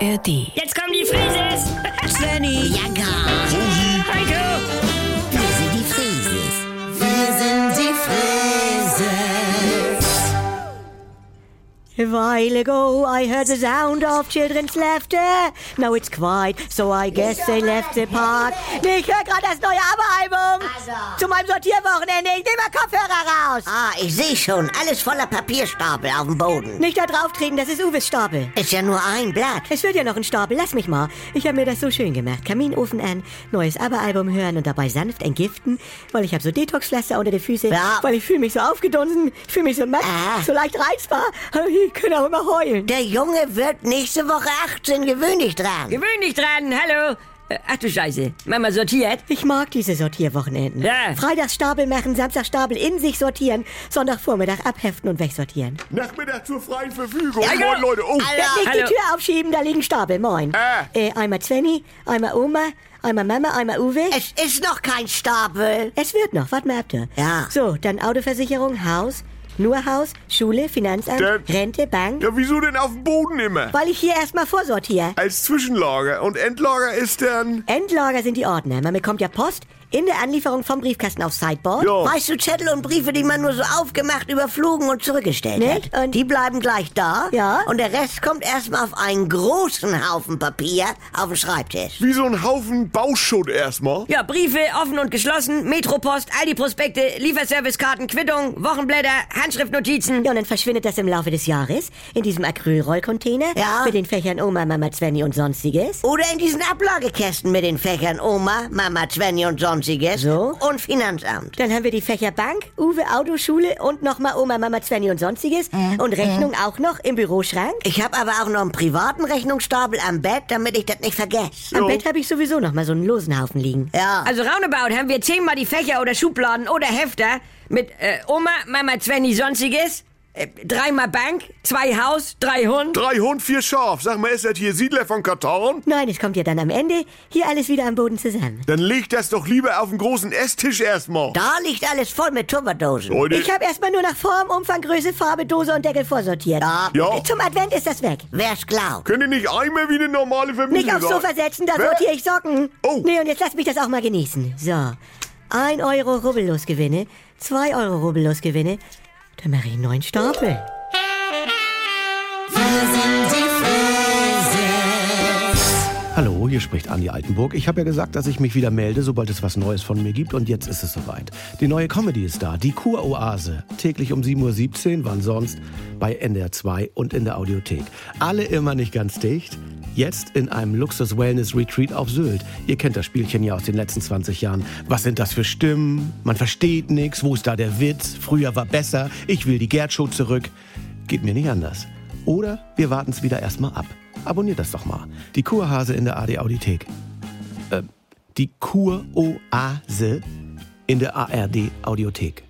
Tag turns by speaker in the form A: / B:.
A: ARD.
B: Jetzt kommen die Frises!
C: Svenny.
D: Ja, gar.
B: Heiko!
D: Wir sind die Frieses. Wir sind die Frieses.
C: A while ago, I heard the sound of children's laughter. Now it's quiet, so I guess they left the park. Nee, ich höre gerade das neue ABBA-Album.
D: Also.
C: Zu meinem Sortierwochenende. Ich nehme mal Kopfhörer raus.
D: Ah, ich sehe schon, alles voller Papierstapel auf dem Boden.
C: Nicht da drauf treten, das ist Uwes Stapel.
D: Ist ja nur ein Blatt.
C: Es wird ja noch ein Stapel, lass mich mal. Ich habe mir das so schön gemacht. Kaminofen an, neues ABBA-Album hören und dabei sanft entgiften, weil ich habe so Detoxpflaster unter den Füßen,
D: Ja.
C: weil ich fühle mich so aufgedunsen, ich fühle mich so matt,
D: Ah.
C: so leicht reizbar. Ich könnte auch immer heulen.
D: Der Junge wird nächste Woche 18, gewöhn dich dran.
B: Gewöhn dich dran, hallo! Äh, Ach du Scheiße, Mama sortiert.
C: Ich mag diese Sortierwochenenden.
B: Ja.
C: Freitags Stapel machen, Samstag Stapel in sich sortieren, Sonntagvormittag abheften und wegsortieren.
E: Nachmittag zur freien Verfügung.
B: Ja, ja.
E: Moin, Leute. Oh.
D: Alter.
C: Nicht
B: hallo.
C: die Tür aufschieben, da liegen Stapel, moin.
E: Ah.
C: Äh, einmal Zwenny, einmal Oma, einmal Mama, einmal Uwe.
D: Es ist noch kein Stapel.
C: Es wird noch, warte mal ab da.
D: Ja.
C: So, dann Autoversicherung, Haus, nur Haus, Schule, Finanzamt,
E: Dann-
C: Rente, Bank.
E: Ja, wieso denn auf dem Boden immer?
C: Weil ich hier erstmal vorsortiere.
E: Als Zwischenlager. Und Endlager ist dann...
C: Endlager sind die Ordner. Man bekommt ja Post in der Anlieferung vom Briefkasten aufs Sideboard.
E: Ja.
D: Weißt du, Zettel und Briefe, die man nur so aufgemacht, überflogen und zurückgestellt
C: Nicht?
D: hat,
C: Ne? Und-
D: die bleiben gleich da.
C: Ja.
D: Und der Rest kommt erstmal auf einen großen Haufen Papier auf den Schreibtisch.
E: Wie so ein Haufen Bauschutt erstmal.
B: Ja, Briefe offen und geschlossen, Metropost, all die Prospekte, Lieferservicekarten, Quittung, Wochenblätter, Handschriftnotizen.
C: Ja, und dann verschwindet das im Laufe des Jahres in diesem Acrylrollcontainer
D: Ja.
C: mit den Fächern Oma, Mama, Zwenny und sonstiges.
D: Oder in diesen Ablagekästen mit den Fächern Oma, Mama, Svenny und sonstiges.
C: So?
D: Und Finanzamt.
C: Dann haben wir die Fächer Bank, Uwe, Autoschule und nochmal Oma, Mama, Zwenny und sonstiges.
D: Mhm.
C: Und Rechnung auch noch im Büroschrank.
D: Ich habe aber auch noch einen privaten Rechnungsstapel am Bett, damit ich das nicht vergesse.
C: Am Bett habe ich sowieso nochmal so einen losen Haufen liegen.
D: Ja.
B: Also roundabout haben wir zehnmal die Fächer oder Schubladen oder Hefter mit äh, Oma, Mama, Zwenny, sonstiges, äh, dreimal Bank, zwei Haus, drei Hund.
E: Drei Hund, vier Schaf. Sag mal, ist das hier Siedler von Katarn?
C: Nein, es kommt ja dann am Ende hier alles wieder am Boden zusammen.
E: Dann leg das doch lieber auf den großen Esstisch erstmal.
D: da liegt alles voll mit Tupperdosen.
E: Leute,
C: Ich habe erstmal nur nach Form, Umfang, Größe, Farbe, Dose und Deckel vorsortiert.
D: Ja.
E: Ja.
C: Zum Advent ist das weg.
D: Wer's glaubt.
E: könnt ihr nicht einmal wie eine normale Familie
C: Nicht aufs
E: sein?
C: Sofa setzen, da
E: Wer-
C: sortiere ich Socken.
E: Oh.
C: Nee, und jetzt lass mich das auch mal genießen. So. 1 Euro Rubbellosgewinne, 2 Euro Rubbellosgewinne. Dann mache ich einen neuen Stapel.
F: Hallo, hier spricht Andi Altenburg. Ich habe ja gesagt, dass ich mich wieder melde, sobald es was Neues von mir gibt. Und jetzt ist es soweit. Die neue Comedy ist da, die Kuroase. Täglich um 7.17 Uhr, wann sonst? Bei NDR 2 und in der Audiothek. Alle immer nicht ganz dicht. Jetzt in einem Luxus-Wellness-Retreat auf Sylt. Ihr kennt das Spielchen ja aus den letzten 20 Jahren. Was sind das für Stimmen? Man versteht nichts. Wo ist da der Witz? Früher war besser. Ich will die Gerd-Show zurück. Geht mir nicht anders. Oder wir warten es wieder erstmal ab. Abonniert das doch mal. Die Kurhase in der AD Audiothek. Äh, die Kuroase in der ARD Audiothek.